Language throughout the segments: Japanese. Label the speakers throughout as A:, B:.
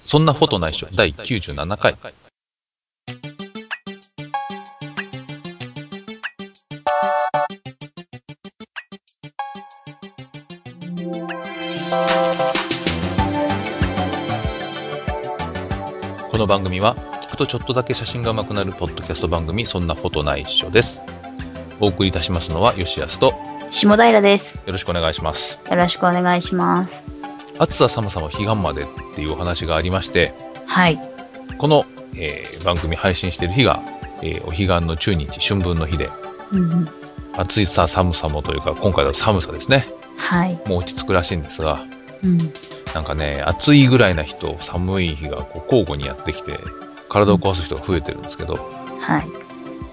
A: そんなことないっしょ。第97回。この番組は、聞くとちょっとだけ写真が上手くなるポッドキャスト番組、そんなことないっしょです。お送りいたしますのは、吉安と、よ
B: 下平です。
A: ろしくお願いします。
B: よろしくお願いします。
A: 暑さ寒さも彼岸までっていうお話がありまして、
B: はい。
A: この、えー番組配信している日が、えーお彼岸の中日、春分の日で、
B: うんうん、
A: 暑さ寒さもというか、今回は寒さですね。
B: はい。
A: もう落ち着くらしいんですが、
B: うん。
A: なんかね、暑いぐらいな日と寒い日がこう交互にやってきて、体を壊す人が増えてるんですけど、
B: はい。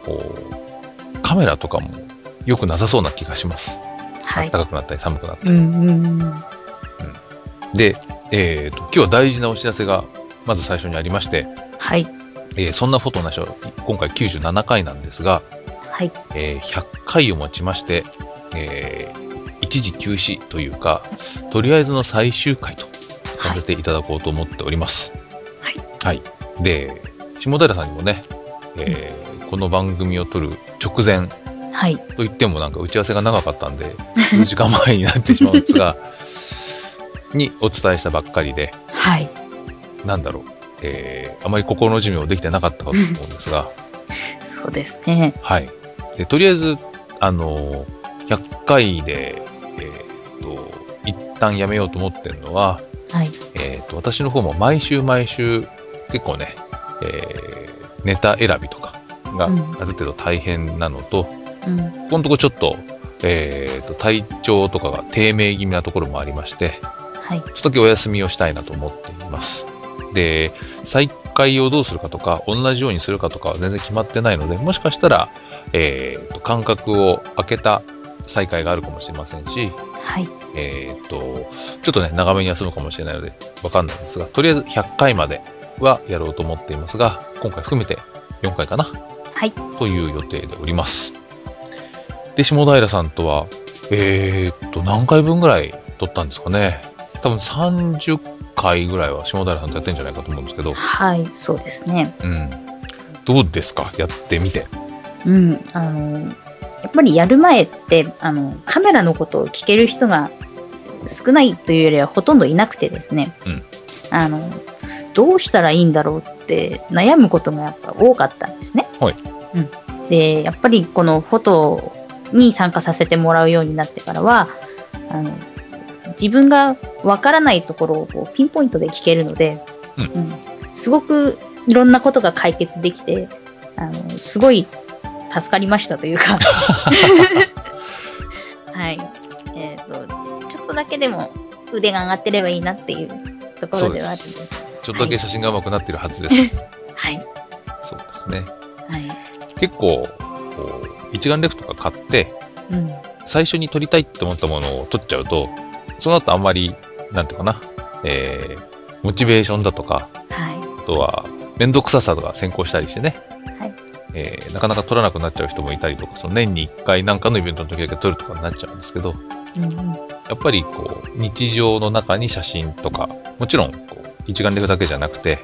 A: こう、カメラとかも良くなさそうな気がします。
B: はい。
A: 暖かくなったり寒くなった
B: う
A: り。
B: んうんうん。
A: で、えーと、今日は大事なお知らせが、まず最初にありまして、
B: はい。
A: えーそんなことないしょ、今回97回なんですが、
B: はい。
A: えー100回をもちまして、えー一時休止というか、とりあえずの最終回とさ
B: は
A: せ
B: い。
A: ていただこうと思っております。
B: はい。
A: で、下平さんにもね、えーこの番組を撮る直前
B: はい。
A: と言ってもなんか打ち合わせが長かったんで、数時間前になってしまうんです が、にお伝えしたばっかりで、
B: はい。
A: なんだろう、えーあまり心の準備もできてなかったかと思うんです が、
B: そうですね。
A: はい。で、とりあえず、あのー、100回で、えーっと、一旦やめようと思ってるのは、
B: はい。
A: えーっと、私の方も毎週毎週、結構ね、えーネタ選びとかがあ
B: うん
A: る程度大変なのと、
B: うん。
A: このとこちょっと、えーっと、体調とかが低迷気味なところもありまして、
B: はい。
A: ちょっとだけお休みをしたいなと思っています。で、再開をどうするかとか、同じようにするかとかは全然決まってないので、もしかしたら、えーと、間隔を空けた再開があるかもしれませんし、
B: はい。
A: えーと、ちょっとね、長めに休むかもしれないので、わかんないんですが、とりあえず100回まではやろうと思っていますが、今回含めて4回かな、
B: はい。
A: という予定でおります。で、下平さんとは、えーっと、何回分ぐらい撮ったんですかね。多分30回ぐらいは下平さんとやってんじゃないかと思うんですけど、
B: はい。そうですね。
A: うん。どうですかやってみて。
B: うん。あの、やっぱりやる前って、あの、カメラのことを聞ける人が少ないというよりはほとんどいなくてですね。
A: うん
B: あの、どうしたらいいんだろうって悩むこともやっぱ多かったんですね。
A: はい
B: うん、で、やっぱりこのフォトに参加させてもらうようになってからは、あの自分がわからないところをこうピンポイントで聞けるので、
A: うん
B: うんすごくいろんなことが解決できて、あのすごい助かりましたとい うか、はい。えっ、と、ちょっとだけでも腕が上がってればいいなっていうところではあるんです。
A: す。ちょっとだけ写真が上手くなってるはず です。
B: はい。
A: そうですね。
B: はい。
A: 結構、こう、一眼レフとか買って、
B: うん。
A: 最初に撮りたいって思ったものを撮っちゃうと、その後あんまり、なんていうかな、えー、モチベーションだとか、
B: は
A: あとは、面倒くささとか先行したりしてね、
B: はい
A: えーなかなか取らなくなっちゃう人もいたりとか、その年に1回なんかのイベントの時だけ取るとかになっちゃうんですけど、
B: い。うんうん。
A: やっぱりこう、日常の中に写真とか、もちろんこう一眼レフだけじゃなくて、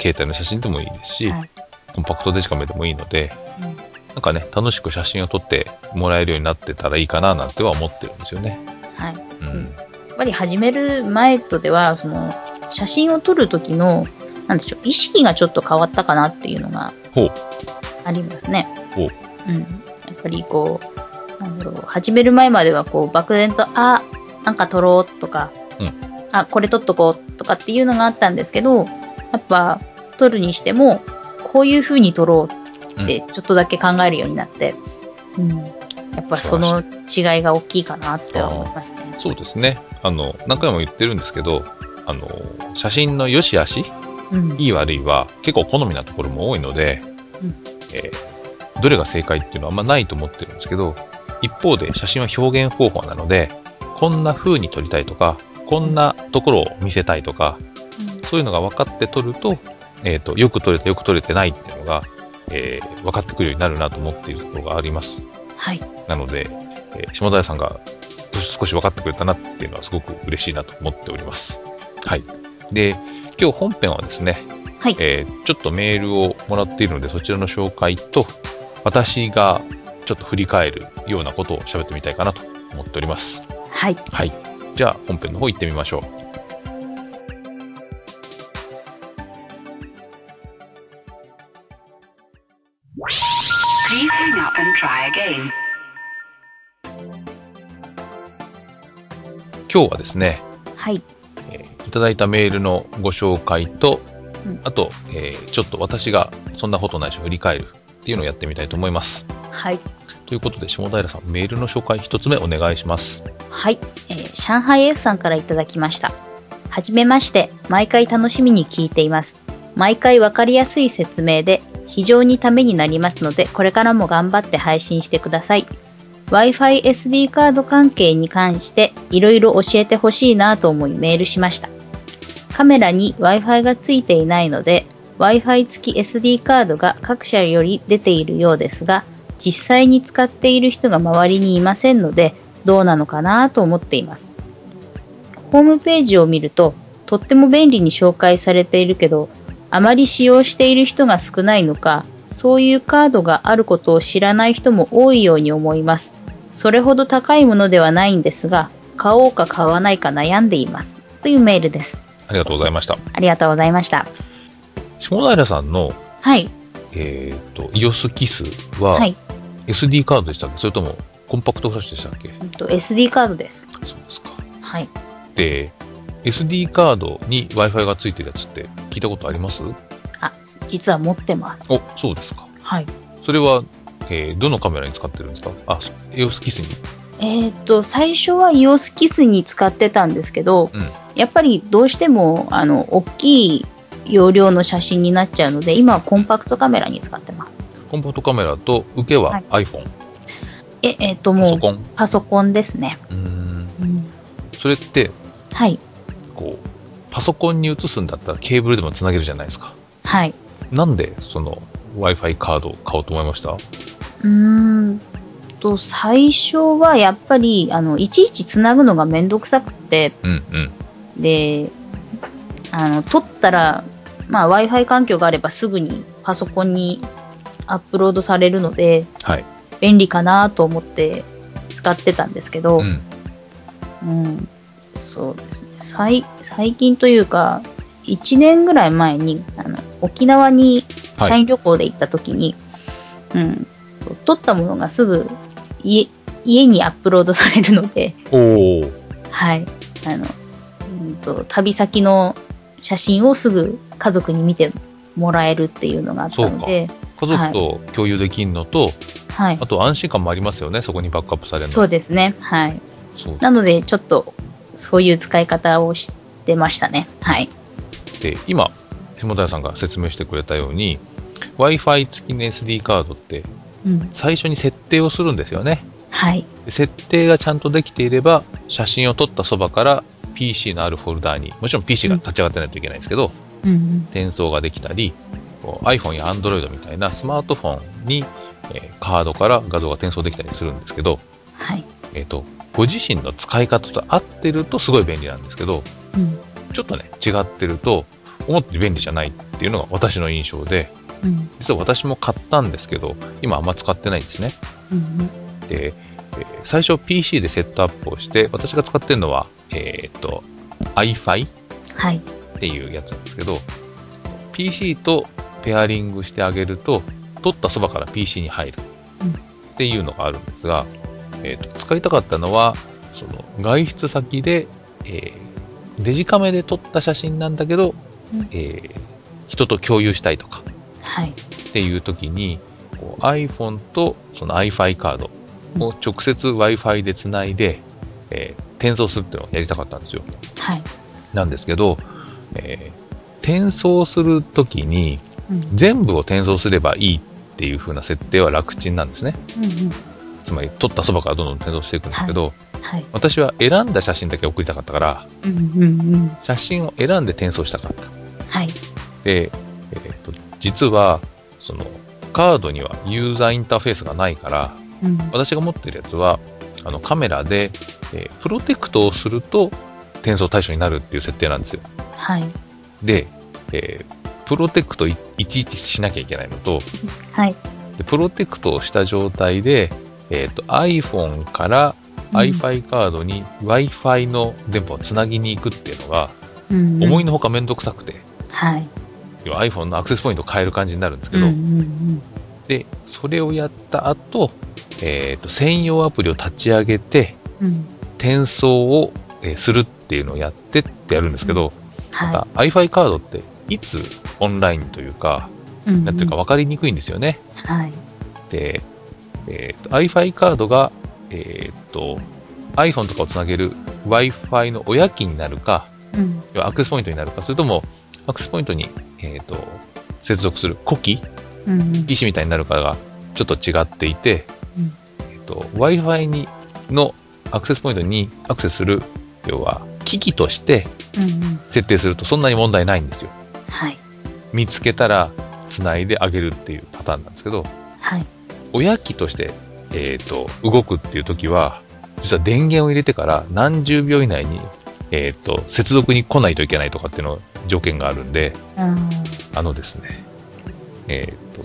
A: 携帯の写真でもいいですし、
B: はい
A: コンパクトデジカメでもいいので、
B: うん
A: なんかね、楽しく写真を撮ってもらえるようになってたらいいかななんては思ってるんですよね。
B: はい。や
A: うん。
B: うんっぱり始める前とでは、その、写真を撮る時の、なんでしょう、意識がちょっと変わったかなっていうのが
A: ほう。
B: ありますね。
A: ほう
B: うん。やっぱりこう、なんだろう、始める前まではこう、漠然と、あ、なんか撮ろうとか、
A: うん
B: あ、これ撮っとこうとかっていうのがあったんですけど、やっぱ撮るにしても、こういう風に撮ろうってちょっとだけ考えるようになって、うん。やっぱその違いが大きいかなっては思いますね。
A: そうですね。あの、何回も言ってるんですけど、あの、写真の良し悪し
B: うん。
A: いい悪いは結構好みなところも多いので、
B: うん
A: えーどれが正解っていうのはあんまないと思ってるんですけど、一方で写真は表現方法なので、こんな風に撮りたいとか、こんなところを見せたいとか、そういうのが分かって撮ると、えっ、と、よく撮れてよく撮れてないっていうのが、えー分かってくるようになるなと思っているところがあります。
B: はい。
A: なので、えー下平さんが少し分かってくれたなっていうのはすごく嬉しいなと思っております。はい。で、今日本編はですね、
B: はい
A: えーちょっとメールをもらっているので、そちらの紹介と、私がちょっと振り返るようなことを喋ってみたいかなと思っております。
B: はい。
A: はい。じゃあ、本編の方行ってみましょう。
C: Please hang up and try again.
A: 今日はですね、
B: はい。
A: えーいただいたメールのご紹介と
B: うん、
A: あと、えーちょっと私がそんなことないし振り返るっていうのをやってみたいと思います。
B: はい。
A: ということで、下平さん、メールの紹介一つ目お願いします。
B: はい、えー上海 F さんからいただきました。はじめまして、毎回楽しみに聞いています。毎回わかりやすい説明で非常にためになりますので、これからも頑張って配信してください。Wi-Fi SD カード関係に関していろいろ教えてほしいなと思いメールしました。カメラに Wi-Fi がついていないので、Wi-Fi 付き SD カードが各社より出ているようですが、実際に使っている人が周りにいませんので、どうなのかなと思っています。ホームページを見ると、とっても便利に紹介されているけど、あまり使用している人が少ないのか、そういうカードがあることを知らない人も多いように思います。それほど高いものではないんですが、買おうか買わないか悩んでいます。というメールです。
A: ありがとうございました。
B: ありがとうございました。
A: 下平さんの、
B: はい。
A: えっ、と、イオスキスは
B: は、い。
A: SD カードでしたっけ、それともコンパクトフラッシュでしたっけ
B: うんと SD カードです。
A: そうですか。
B: はい。
A: で、SD カードに Wi-Fi がついてるやつって聞いたことあります
B: 実は持ってます。
A: お、そうですか。
B: はい。
A: それは、えーどのカメラに使ってるんですかあ、そうイオスキスに。
B: えーっと最初はイオスキスに使ってたんですけど、
A: うん
B: やっぱりどうしてもあの大きい容量の写真になっちゃうので今はコンパクトカメラに使ってます
A: コンパクトカメラと受け
B: は
A: はい iPhone、
B: ええーっと
A: パ
B: も
A: ソ
B: う
A: コン。
B: パソコンですね、
A: うーん。それって、
B: はい
A: こう、パソコンに移すんだったらケーブルでもつなげるじゃないですか。
B: はい
A: なんで、その Wi-Fi カードを買おうと思いました
B: うーんと最初はやっぱりあのいちいちつなぐのがめんどくさくて
A: うんうん。
B: であの撮ったら、まあ、w i f i 環境があればすぐにパソコンにアップロードされるので、
A: はい
B: 便利かなと思って使ってたんですけど、
A: うん。
B: うんそうですね最最近というか1年ぐらい前にあの沖縄に
A: はい
B: 社員旅行で行った時に、うん、撮ったものがすぐ家家にアップロードされるので。
A: おー。
B: はい。あの、うんと、旅先の写真をすぐ家族に見てもらえるっていうのがあったので、
A: 家族と共有できるのと、
B: はい
A: あ。と安心感もありますよね、そこにバックアップされるの。
B: そうですね。はい。
A: そう
B: なので、ちょっと、そういう使い方をしてましたね。はい。
A: で、今、下平さんが説明してくれたように、Wi-Fi 付きの SD カードって
B: うん。
A: 最初に設定をするんですよね。
B: はい。
A: 設定がちゃんとできていれば、写真を撮ったそばから PC のあるフォルダーに、もちろん PC が立ち上がってないといけないんですけど、
B: うんうん。
A: 転送ができたり、こう iPhone や Android みたいなスマートフォンに、えーカードから画像が転送できたりするんですけど、
B: はい。
A: えっ、と、ご自身の使い方と合ってるとすごい便利なんですけど、
B: うん。
A: ちょっとね、違ってると、思って便利じゃないっていうのが私の印象で、
B: うん。
A: 実は私も買ったんですけど、今あんま使ってないんですね。
B: うん。
A: で、えー最初 PC でセットアップをして、私が使ってるのは、えーっと、iFi
B: はい。
A: っていうやつなんですけど、PC とペアリングしてあげると、取ったそばから PC に入る
B: うん
A: っていうのがあるんですが、えーっと使いたかったのは、その外出先で、えーデジカメで撮った写真なんだけど、
B: うん
A: えー人と共有したいとか、
B: はい。
A: っていう時にこう iPhone とその iFi カードを直接 Wi-Fi でつないで、えー転送するっていうのをやりたかったんですよ。
B: はい。
A: なんですけど、えー転送する時に
B: うん。
A: 全部を転送すればいいっていう風な設定は楽ちんなんですね。
B: うんうん。
A: つまり撮ったそばからどんどん転送していくんですけど、
B: はい。
A: 私は選んだ写真だけ送りたかったから、
B: うんうんうん。
A: 写真を選んで転送したかった。
B: はい。
A: で、えーと実はそのカードにはユーザーインターフェースがないから、
B: うん。
A: 私が持ってるやつはあのカメラで、えープロテクトをすると転送対象になるっていう設定なんですよ。
B: はい。
A: で、えープロテクトいいちいちしなきゃいけないのと、
B: はい。
A: でプロテクトをした状態で、えー、と iPhone から
B: うん
A: iFi カードに Wi-Fi の電波をつなぎに行くっていうのが、
B: うん
A: 思いのほかめんどくさくて、
B: はい。
A: 要は iPhone のアクセスポイントを変える感じになるんですけ
B: うん
A: ど、
B: うんうん。
A: で、それをやった後、えー、と専用アプリを立ち上げて、
B: うん。
A: 転送をえーするっていうのをやってってやるんですけど、
B: は
A: iFi カードっていつオンラインというか、
B: い。ん
A: なんていうか。分かりにくいんですよね。
B: はい。
A: で、えーと iFi カードが、えーと iPhone とかをつなげる Wi-Fi のお家賃になるか、
B: うん。
A: 要はアクセスポイントになるか、それともアクセスポイントに、えーと接続する呼気、
B: うんうん。
A: 機種みたいになるかがちょっと違っていて、
B: うん
A: えーと Wi-Fi にのアクセスポイントにアクセスする、要は機器として
B: うんうん。
A: 設定するとそんなに問題ないんですよ。
B: はい。
A: 見つけたら繋いであげるっていうパターンなんですけど、
B: はい。
A: 親機として、えー、と動くっていう時は実は電源を入れてから何十秒以内に、えー、と接続に来ないといけないとかっていうの条件があるんで
B: うん。
A: あのですね、えー、と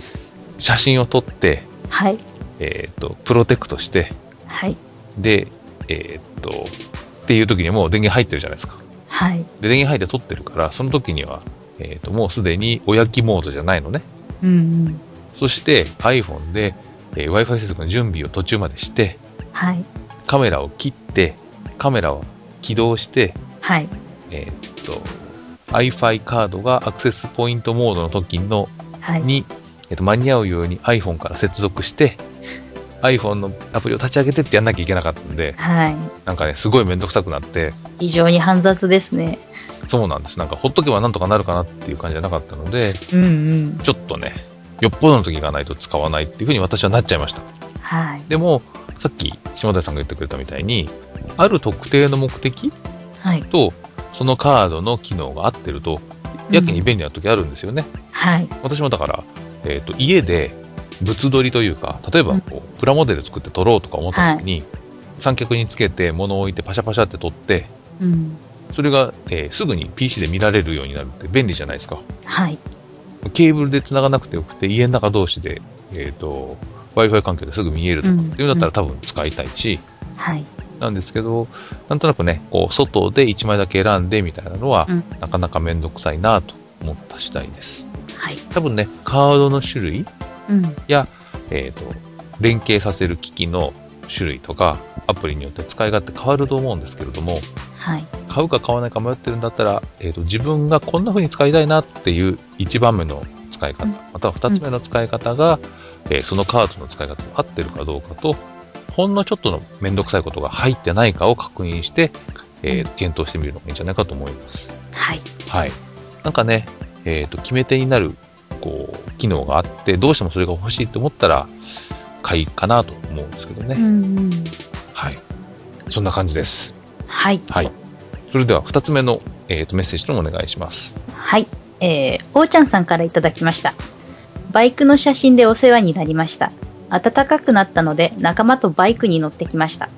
A: 写真を撮って、
B: はい。
A: えー、とプロテクトして
B: はい。
A: でえー、とっていう時にもう電源入ってるじゃないですか
B: はい。
A: で電源入って撮ってるからその時には、えー、ともうすでに親機モードじゃないのね
B: うんうん。
A: そして iPhone で、え w i f i 接続の準備を途中までして
B: はい。
A: カメラを切って、カメラを起動して、
B: はい。
A: えーっと、iFi カードがアクセスポイントモードの時の
B: はい。
A: に、えっと間に合うように iPhone から接続して、iPhone のアプリを立ち上げてってやんなきゃいけなかったんで、
B: はい。
A: なんかね、すごいめんどくさくなって、
B: 非常に煩雑ですね。
A: そうなんです。なんかほっとけばなんとかなるかなっていう感じじゃなかったので、
B: うんうん。
A: ちょっとね、よっぽどの時がないと使わないっていうふうに私はなっちゃいました。
B: はい。
A: でも、さっき下田さんが言ってくれたみたいに、ある特定の目的
B: はい。
A: と、そのカードの機能が合ってると、やけに便利な時あるんですよね。
B: はい。
A: 私もだから、えっ、と、家で物撮りというか、例えばこう、プラモデル作って撮ろうとか思った時に、三脚につけて物を置いてパシャパシャって撮って、
B: うん。
A: それが、えーすぐに PC で見られるようになるって便利じゃないですか。
B: はい。
A: ケーブルで繋がなくてよくて、家の中同士で、えっ、と、Wi-Fi 環境ですぐ見えるとかっていうんだったら多分使いたいし、
B: はい。
A: なんですけど、なんとなくね、こう外で1枚だけ選んでみたいなのは、
B: うん
A: なかなかめんどくさいなと思った次第です。
B: はい。
A: 多分ね、カードの種類
B: うん。
A: や、えっ、と、連携させる機器の種類とか、アプリによって使い勝手変わると思うんですけれども、
B: はい。
A: 買うか買わないか迷ってるんだったら、えっ、と、自分がこんな風に使いたいなっていう1番目の使い方、
B: うん
A: または2つ目の使い方が、えーそのカードの使い方に合ってるかどうかと、ほんのちょっとのめんどくさいことが入ってないかを確認して、えー検討してみるのもいいんじゃないかと思います。
B: はい。
A: はい。なんかね、えっ、と、決め手になる、こう、機能があって、どうしてもそれが欲しいと思ったら、買いかなと思うんですけどね。
B: うんうん。
A: はい。そんな感じです。
B: はい。
A: はい。それでは2つ目の、えーとメッセージともお願いします。
B: はい。えー、おーちゃんさんからいただきました。バイクの写真でお世話になりました。暖かくなったので仲間とバイクに乗ってきました。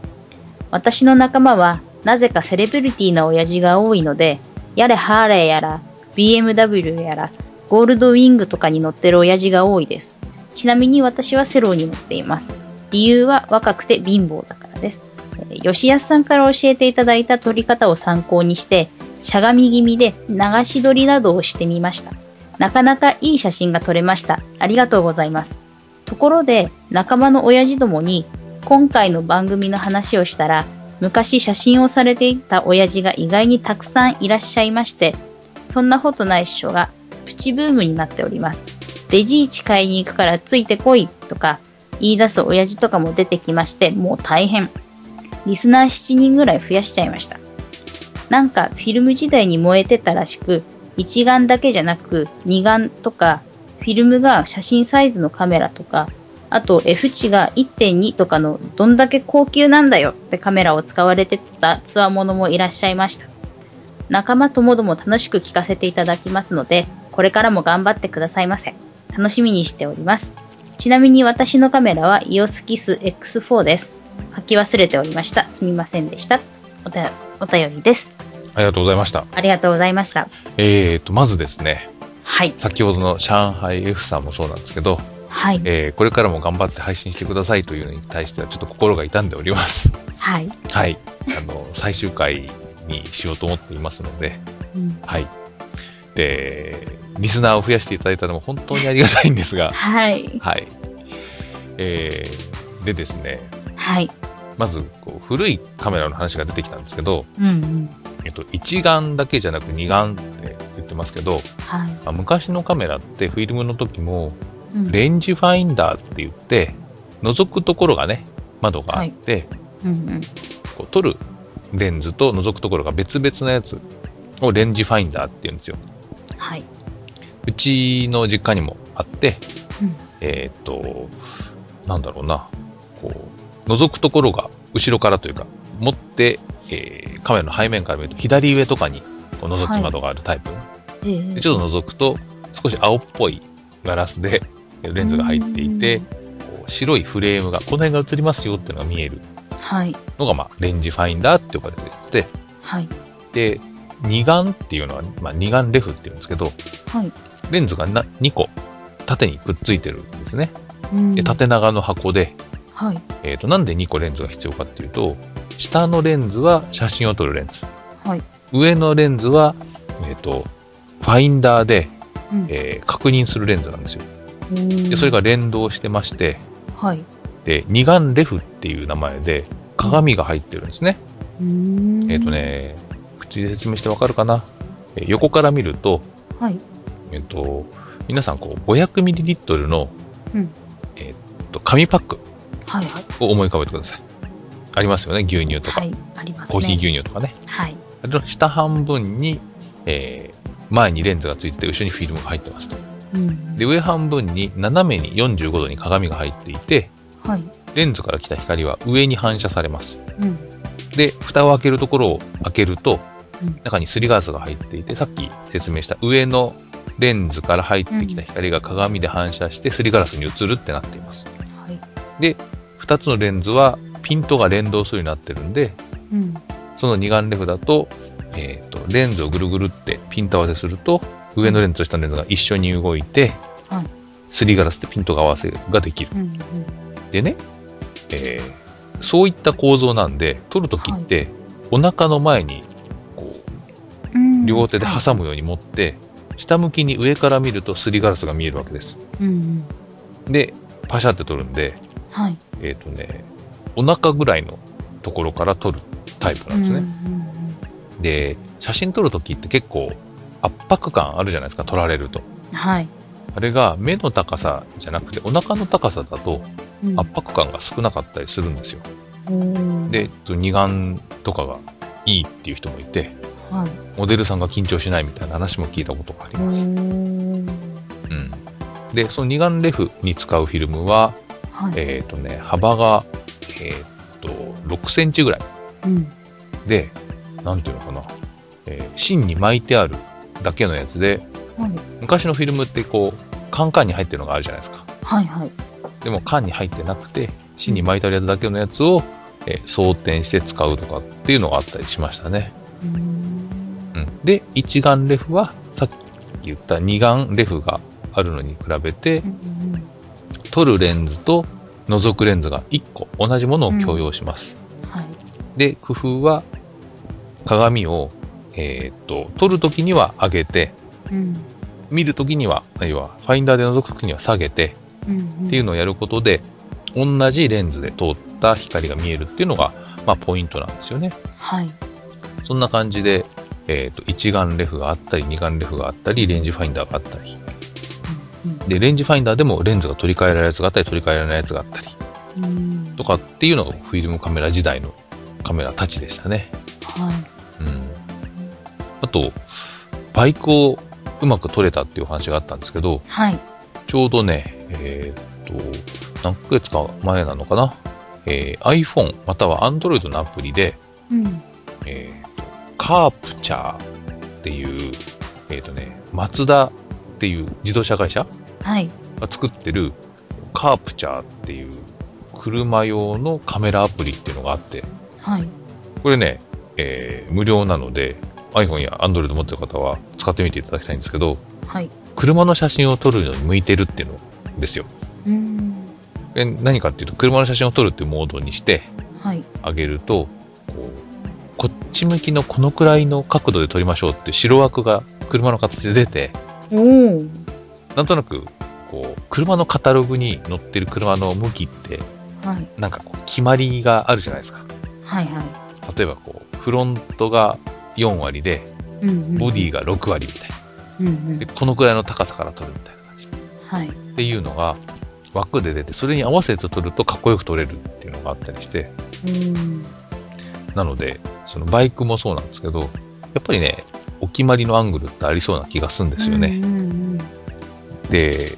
B: 私の仲間はなぜかセレブリティな親父が多いので、やれハーレーやら BMW やらゴールドウィングとかに乗ってる親父が多いです。ちなみに私はセローに乗っています。理由は若くて貧乏だからです。えー吉安さんから教えていただいた撮り方を参考にして、しゃがみ気味で流し撮りなどをしてみました。なかなかいい写真が撮れました。ありがとうございます。ところで、仲間の親父どもに、今回の番組の話をしたら、昔写真をされていた親父が意外にたくさんいらっしゃいまして、そんなことないっしょが、プチブームになっております。デジイチ買いに行くからついてこいとか、言い出す親父とかも出てきまして、もう大変。リスナー7人ぐらい増やしちゃいました。なんかフィルム時代に燃えてたらしく、一眼だけじゃなく二眼とか、フィルムが写真サイズのカメラとか、あと F 値が1.2とかのどんだけ高級なんだよってカメラを使われてたつわものもいらっしゃいました。仲間ともども楽しく聞かせていただきますので、これからも頑張ってくださいませ。楽しみにしております。ちなみに私のカメラは EOSKIS X4 です。書き忘れておりました。すみませんでした。おたお便りです。
A: ありがとうございました。
B: ありがとうございました。
A: えーと、まずですね、
B: はい。
A: 先ほどの上海 F さんもそうなんですけど、
B: はい。
A: えーこれからも頑張って配信してくださいというのに対してはちょっと心が痛んでおります。
B: はい。
A: はい。あの、最終回にしようと思っていますので、
B: うん
A: はい。で、リスナーを増やしていただいたのも本当にありがたいん ですが、
B: はい。
A: はい。えーでですね、
B: はい。
A: まずこう古いカメラの話が出てきたんですけど、
B: うんうん。
A: えっと、一眼だけじゃなく二眼って言ってますけど、
B: はい。
A: まあ昔のカメラってフィルムの時も、
B: うん
A: レンジファインダーって言って、覗くところがね、窓があって、
B: うんうん。
A: こう撮るレンズと覗くところが別々のやつをレンジファインダーって言うんですよ。
B: はい。
A: うちの実家にもあって、
B: うん
A: えーっと、なんだろうな、こう、覗くところが後ろからというか、持って、えーカメラの背面から見ると左上とかにこう覗き窓があるタイプ、
B: えー
A: でちょっと覗くと、少し青っぽいガラスでえーレンズが入っていて、
B: うん
A: こう白いフレームが、この辺が映りますよっていうのが見える
B: はい。
A: のが、まあ、レンジファインダーって呼ばれてて、
B: はい。
A: で、二眼っていうのは、まあ、二眼レフっていうんですけど、
B: はい。
A: レンズがな2個縦にくっついてるんですね。
B: うん
A: で縦長の箱で、
B: はい。
A: えー、となんで2個レンズが必要かっていうと、下のレンズは写真を撮るレンズ、
B: はい。
A: 上のレンズは、えー、とファインダーで、
B: うん
A: えー確認するレンズなんですよ。で
B: で
A: それが連動してまして、
B: はい。
A: で二眼レフっていう名前で鏡が入ってるんですね。え
B: え
A: っ、と。ね、口で説明してわかるかな、えー横から見ると、
B: はい。
A: えっと、皆さんこう 500ml の、
B: うん
A: えっと紙パック
B: はい。はい。
A: を思い浮かべてください。ありますよね、牛乳とか、
B: はい。ありますね。
A: コーヒー牛乳とかね。
B: はい。
A: あれの下半分に、えー前にレンズがついてて、後ろにフィルムが入ってますと。
B: うん。
A: で、上半分に斜めに45度に鏡が入っていて、
B: はい。
A: レンズから来た光は上に反射されます。
B: うん。
A: で、蓋を開けるところを開けると
B: うん、
A: 中にすりガラスが入っていて、さっき説明した上のレンズから入ってきた光が鏡で反射して、すりガラスに映るってなっています。
B: はい。
A: 2つのレンズはピントが連動するようになってるんで、
B: うん。
A: その二眼レフだと、えっ、と、レンズをぐるぐるってピント合わせすると、上のレンズと下のレンズが一緒に動いて、
B: はい
A: すりガラスでピントが合わせができる。
B: うん。うん
A: でね、えーそういった構造なんで、撮るときって、お腹の前に、こう、
B: うん。
A: 両手で
B: はい
A: 挟むように持って、下向きに上から見るとすりガラスが見えるわけです。
B: うんうん。
A: で、パシャって撮るんで、
B: はい。
A: えっ、とね、お腹ぐらいのところから撮るタイプなんですね。
B: うんうん
A: で、写真撮るときって結構圧迫感あるじゃないですか、撮られると。
B: うんはい。
A: あれが目の高さじゃなくて、お腹の高さだと
B: うん
A: 圧迫感が少なかったりするんですよ。
B: うん
A: で、えっと二眼とかがいいっていう人もいて、
B: はい。
A: モデルさんが緊張しないみたいな話も聞いたことがあり
B: う
A: ます。
B: ん
A: うん。で、その二眼レフに使うフィルムは、
B: はい。
A: えっ、とね、幅が、えっ、と、6センチぐらい
B: うん。
A: で、なんていうのかな、えー芯に巻いてあるだけのやつで、
B: はい。
A: 昔のフィルムってこう、缶缶に入ってるのがあるじゃないですか。
B: はい。はい。
A: でも缶に入ってなくて、芯に巻いてあるやつだけのやつを、えー装填して使うとかっていうのがあったりしましたね。
B: うん
A: うん。で、一眼レフは、さっき言った二眼レフがあるのに比べて
B: う、んうん
A: 撮るレンズと覗くレンズが1個同じものを共用します。
B: はい。
A: で、工夫は、鏡を、えーっと、撮るときには上げて、
B: うん。
A: 見るときには、要は、ファインダーで覗くときには下げて、
B: うん。
A: っていう
B: の。
A: のをやることで、同じレンズで通った光が見えるっていうのが、まあ、ポイントなんですよね。
B: はい。
A: そんな感じで、えっ、と、一眼レフがあったり、二眼レフがあったり、レンジファインダーがあったり。で、レンジファインダーでもレンズが取り替えられるやつがあったり、取り替えられないやつがあったり、
B: うんうん。
A: とかっていうのがフィルムカメラ時代のカメラたちでしたね。
B: はい。
A: うん。あと、バイクをうまく撮れたっていうお話があったんですけど、
B: はい。
A: ちょうどね、えーっと、何ヶ月か前なのかな、えー iPhone または Android のアプリで、
B: うん。
A: えーっと、カープチャーっていう、えーっとね、マツダっていう自動車会社
B: はい。
A: が作ってるカープチャーっていう車用のカメラアプリっていうのがあって、
B: はい。
A: これね、えー無料なので、 iPhone や Android 持ってる方は使ってみていただきたいんですけど、
B: はい。
A: 車の写真を撮るのに向いてるっていうのですよ。
B: うん。
A: で何かっていうと、車の写真を撮るっていうモードにして
B: はい。
A: あげると、こう、こっち向きのこのくらいの角度で撮りましょうって白枠が車の形で出て、
B: おー
A: なんとなく、こう、車のカタログに載ってる車の向きって、
B: はい。
A: なんかこう、決まりがあるじゃないですか。
B: はいはい。
A: 例えばこう、フロントが4割で、
B: うんうん
A: ボディが6割みたいな。
B: うんうん
A: で、このくらいの高さから撮るみたいな感じ。
B: はい。
A: っていうのが枠で出て、それに合わせて撮るとかっこよく撮れるっていうのがあったりして、
B: うん。
A: なので、そのバイクもそうなんですけど、やっぱりね、お決まりのアングルってありそうな気がするんですよね。
B: うんうんうん
A: で、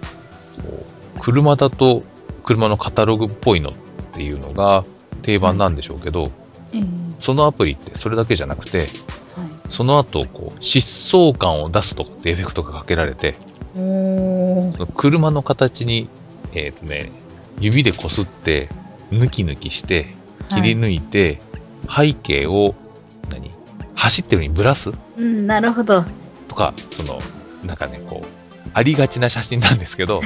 A: こう車だと車のカタログっぽいのっていうのが定番なんでしょうけど、
B: ええ
A: そのアプリってそれだけじゃなくて、
B: はい。
A: その後、こう、疾走感を出すとかってエフェクトがかけられて、
B: おー
A: その車の形に、えっ、とね、指でこすって、抜き抜きして、切り
B: はい
A: 抜いて、背景を、何走ってるようにぶらす
B: うん、なるほど。
A: とか、その、なんかね、こう、ありがちな写真なんですけ ど、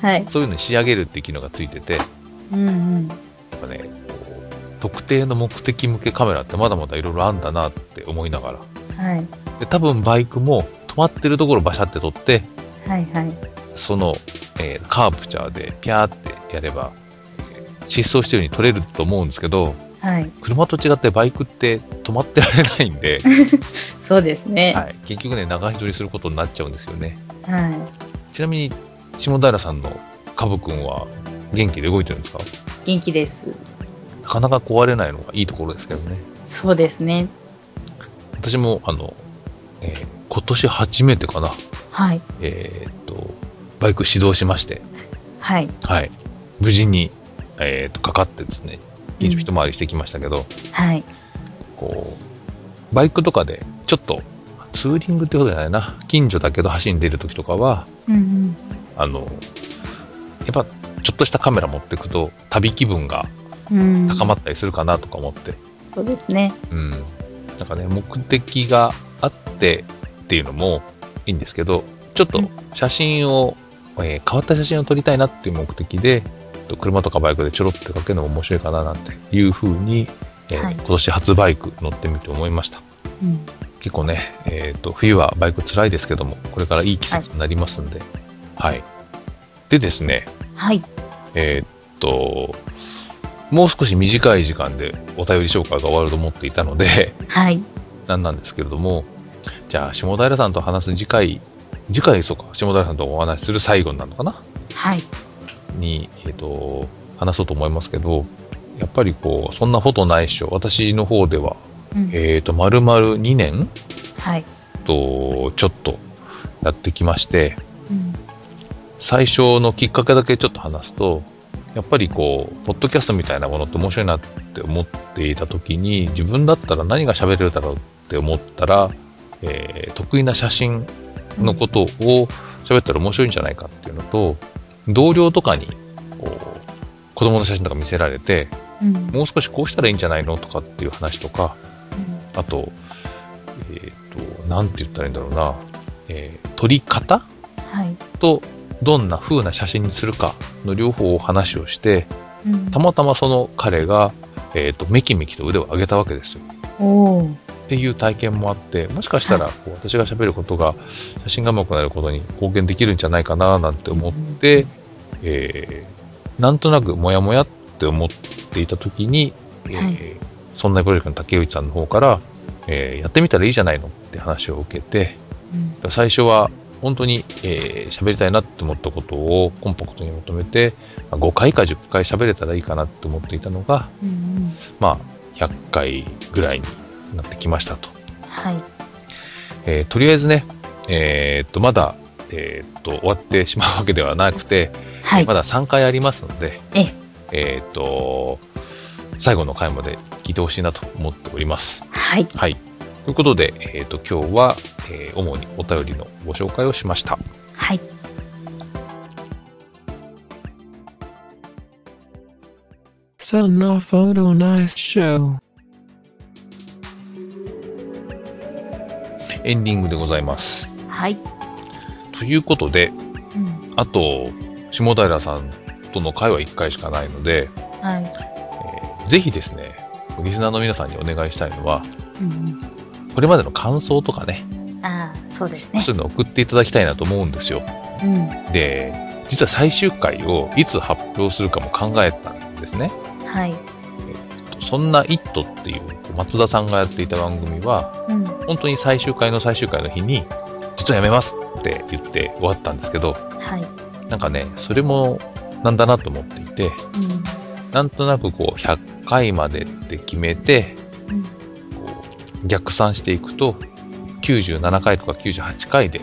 B: はい。
A: そういうのに仕上げるって機能がついてて、や
B: うんうん。
A: っぱね、こう特定の目的向けカメラってまだまだいろいろあんだなって思いながら。
B: はい。
A: で、多分バイクも止まってるところバシャって撮って、
B: はいはい。
A: その、えーカープチャーでピャーってやれば、えー疾走してるように撮れると思うんですけど、
B: はい。
A: 車と違ってバイクって止まってられないんで、
B: そうですね。
A: はい、結局ね、長一りすることになっちゃうんですよね。
B: はい。
A: ちなみに、下平さんのカブくんは元気で動いてるんですか
B: 元気です。
A: なかなか壊れないのがいいところですけどね。
B: そうですね。
A: 私も、あの、えー今年初めてかな、
B: はい。
A: えーっと、バイク始動しまして、
B: はい。
A: はい、無事に、えーっと、かかってですね、近所一回りしてきましたけど、
B: はい。
A: こう、バイクとかで、ちょっと、ツーリングってことじゃないな、近所だけど走りに出るときとかは、
B: うんうん。
A: あの、やっぱ、ちょっとしたカメラ持ってくと、旅気分が
B: うん、
A: 高まったりするかなとか思って、
B: そうですね。
A: うん。なんかね、目的があってっていうのもいいんですけど、ちょっと写真を、えー変わった写真を撮りたいなっていう目的で、車とかバイクでちょろっとかけるのも面白いかななんていうふうに、えー
B: はい
A: 今年初バイク乗ってみて思いました。
B: うん、
A: 結構ね、えーと、冬はバイク辛いですけども、これからいい季節になりますんで、はい。でですね、
B: はい。
A: えーっと、もう少し短い時間でお便り紹介が終わると思っていたので、
B: はい。
A: なんなんですけれども、じゃあ、下平さんと話す次回、次回、そうか、下平さんとお話しする最後になるのかな
B: はい。
A: に、えーっと、話そうと思いますけど、やっぱりこう、そんなことないっしょ。私の方では、
B: うん
A: えーっと、丸々2年
B: はい。
A: と、ちょっとやってきまして、
B: うん
A: 最初のきっかけだけちょっと話すと、やっぱりこう、ポッドキャストみたいなものって面白いなって思っていた時に、自分だったら何が喋れるだろうって思ったら、えー得意な写真のことを喋ったら面白いんじゃないかっていうのと、同僚とかに、こう、子供の写真とか見せられて、
B: うん
A: もう少しこうしたらいいんじゃないのとかっていう話とか、
B: う
A: あと、えっ、と、なんて言ったらいいんだろうな、えー撮り方
B: んはい。
A: とどんな風な写真にするかの両方を話をして、
B: うん
A: たまたまその彼が、えっ、と、メキメキと腕を上げたわけですよ。
B: おー
A: っていう体験もあって、もしかしたらこう私が喋ることが写真が上手くなることに貢献できるんじゃないかななんて思って、えーなんとなくモヤモヤって思っていた時に、えー
B: は
A: そんなプロジェクトの竹内さんの方から、えーやってみたらいいじゃないのって話を受けて、
B: うん
A: 最初は本当に喋、えー喋りたいなって思ったことをコンパクトにまとめて、まあ5回か10回喋れたらいいかなって思っていたのが、
B: うんうん
A: まあ、100回ぐらいになってきましたと。
B: はい。
A: えーとりあえずね、えーっと、まだ、えーっと、終わってしまうわけではなくて、
B: はい
A: ま。だ3回ありますので、
B: ええ
A: えーっと、最後の回まで聞いてほしいなと思っております。
B: はい。
A: はい。ということで、えーっと、今日は、えー主にお便りのご紹介をしました。
B: はい。
D: Sono Photo Nice Show.
A: エンディングでございます。
B: はい。
A: ということで、
B: うん。
A: あと、下平さんとの会は1回しかないので、
B: はい。
A: えーぜひですね、リスナーの皆さんにお願いしたいのは、
B: うん
A: これまでの感想とかね、
B: うん。ああ、そうですね。
A: そういうのを送っていただきたいなと思うんですよ。
B: うん。
A: で、実は最終回をいつ発表するかも考えたんですね。
B: はい。
A: そんな「イット!」っていう松田さんがやっていた番組は、
B: うん。
A: 本当に最終回の最終回の日に、実はやめますって言って終わったんですけど、
B: はい。
A: なんかね、それもなんだなと思っていて、なんとなくこう、100回までって決めて、
B: うん。うん。
A: こう逆算していくと、97回とか98回で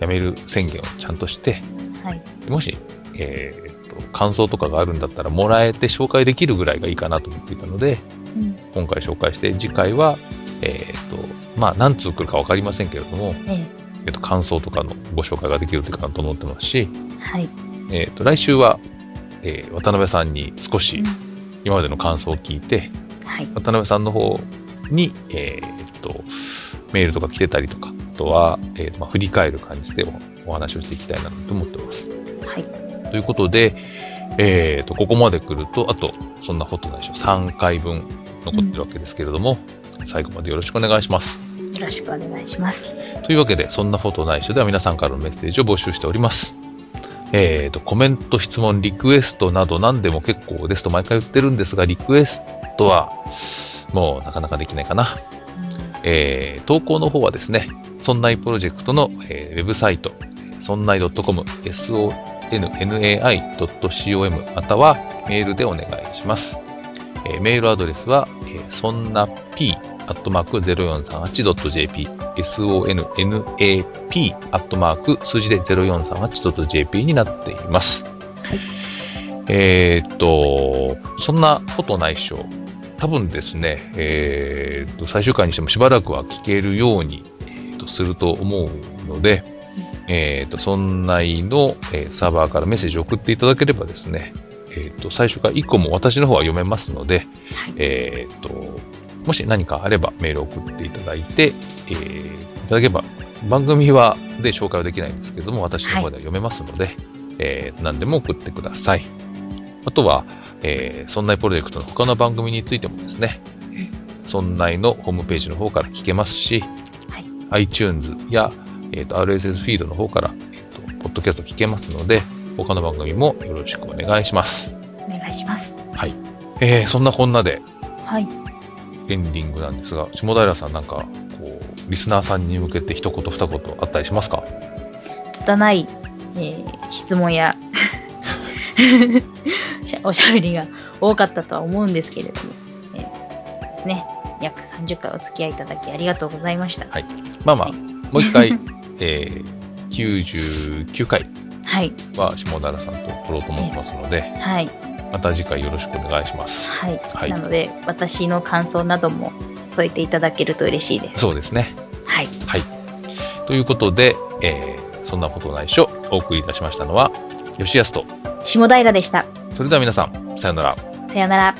A: やめる宣言をちゃんとして、
B: はい。
A: もし、えーと、感想とかがあるんだったら、もらえて紹介できるぐらいがいいかなと思っていたので、
B: うん。
A: 今回紹介して、次回は、えーと、まあ、何通来るかわかりませんけれども、
B: え
A: えーと、感想とかのご紹介ができるといいかなと思ってますし、
B: え。はい。
A: えーと、来週は、えー渡辺さんに少し
B: うん
A: 今までの感想を聞いて、
B: はい。
A: 渡辺さんの方に、えーっと、メールとか来てたりとか、あとは、えーまあ、振り返る感じでおお話をしていきたいなと思ってます。
B: はい。
A: ということで、えーっと、ここまで来ると、あと、そんなことないでしょう。3回分残ってるわけですけれども、最後までよろしくお願いします。
B: よろしくお願いします。
A: というわけで、そんなことないでしょでは皆さんからのメッセージを募集しております。えーっと、コメント、質問、リクエストなど何でも結構ですと毎回言ってるんですが、リクエストは、もうなかなかできないかな。えー投稿の方はですね、そんないプロジェクトの、えーウェブサイト、そんない .com、sonnai.com またはメールでお願いします。えーメールアドレスは、えーそんな p アットマーク 0438.jp、sonnap アットマーク数字で 0438.jp になっています。
B: はい
A: えーっと、そんなことないっしょ。多分ですね、えーっと、最終回にしてもしばらくは聞けるように、えーっとすると思うので、えーっと、そんないの、えーサーバーからメッセージを送っていただければですね、えーっと、最終回以降も私の方は読めますので、
B: はい。
A: えーっと、もし何かあればメールを送っていただいて、えーいただければ、番組は、で紹介はできないんですけども、私の方では読めますので、えー何でも送ってください。あとは、えー、そんないプロジェクトの他の番組についてもですね、そんないのホームページの方から聞けますし、
B: はい
A: iTunes や、えーと RSS フィードの方から、えーとポッドキャスト聞けますので、他の番組もよろしくお願いします。
B: お願いします。
A: えーそんなこんなで、
B: はい。
A: エンディングなんですが、下平さんなんか、こう、リスナーさんに向けて一言二言あったりしますか
B: 拙い、えー質問や しゃおしゃべりが多かったとは思うんですけれども、えーですね、約30回お付き合いいただきありがとうございました。
A: まあまあ、
B: はい
A: もう一回、えー、99回
B: はい、
A: は下平さんと撮ろうと思ってますので、
B: はい、
A: また次回よろしくお願いします。
B: はい。
A: はい
B: なので、私の感想なども添えていただけると嬉しいです。
A: そうですね。
B: はい、
A: ということで、えー、そんなことないっしょ、お送りいたしましたのは、吉安と、
B: 下平でした。
A: それでは皆さん、さようなら。
B: さよなら。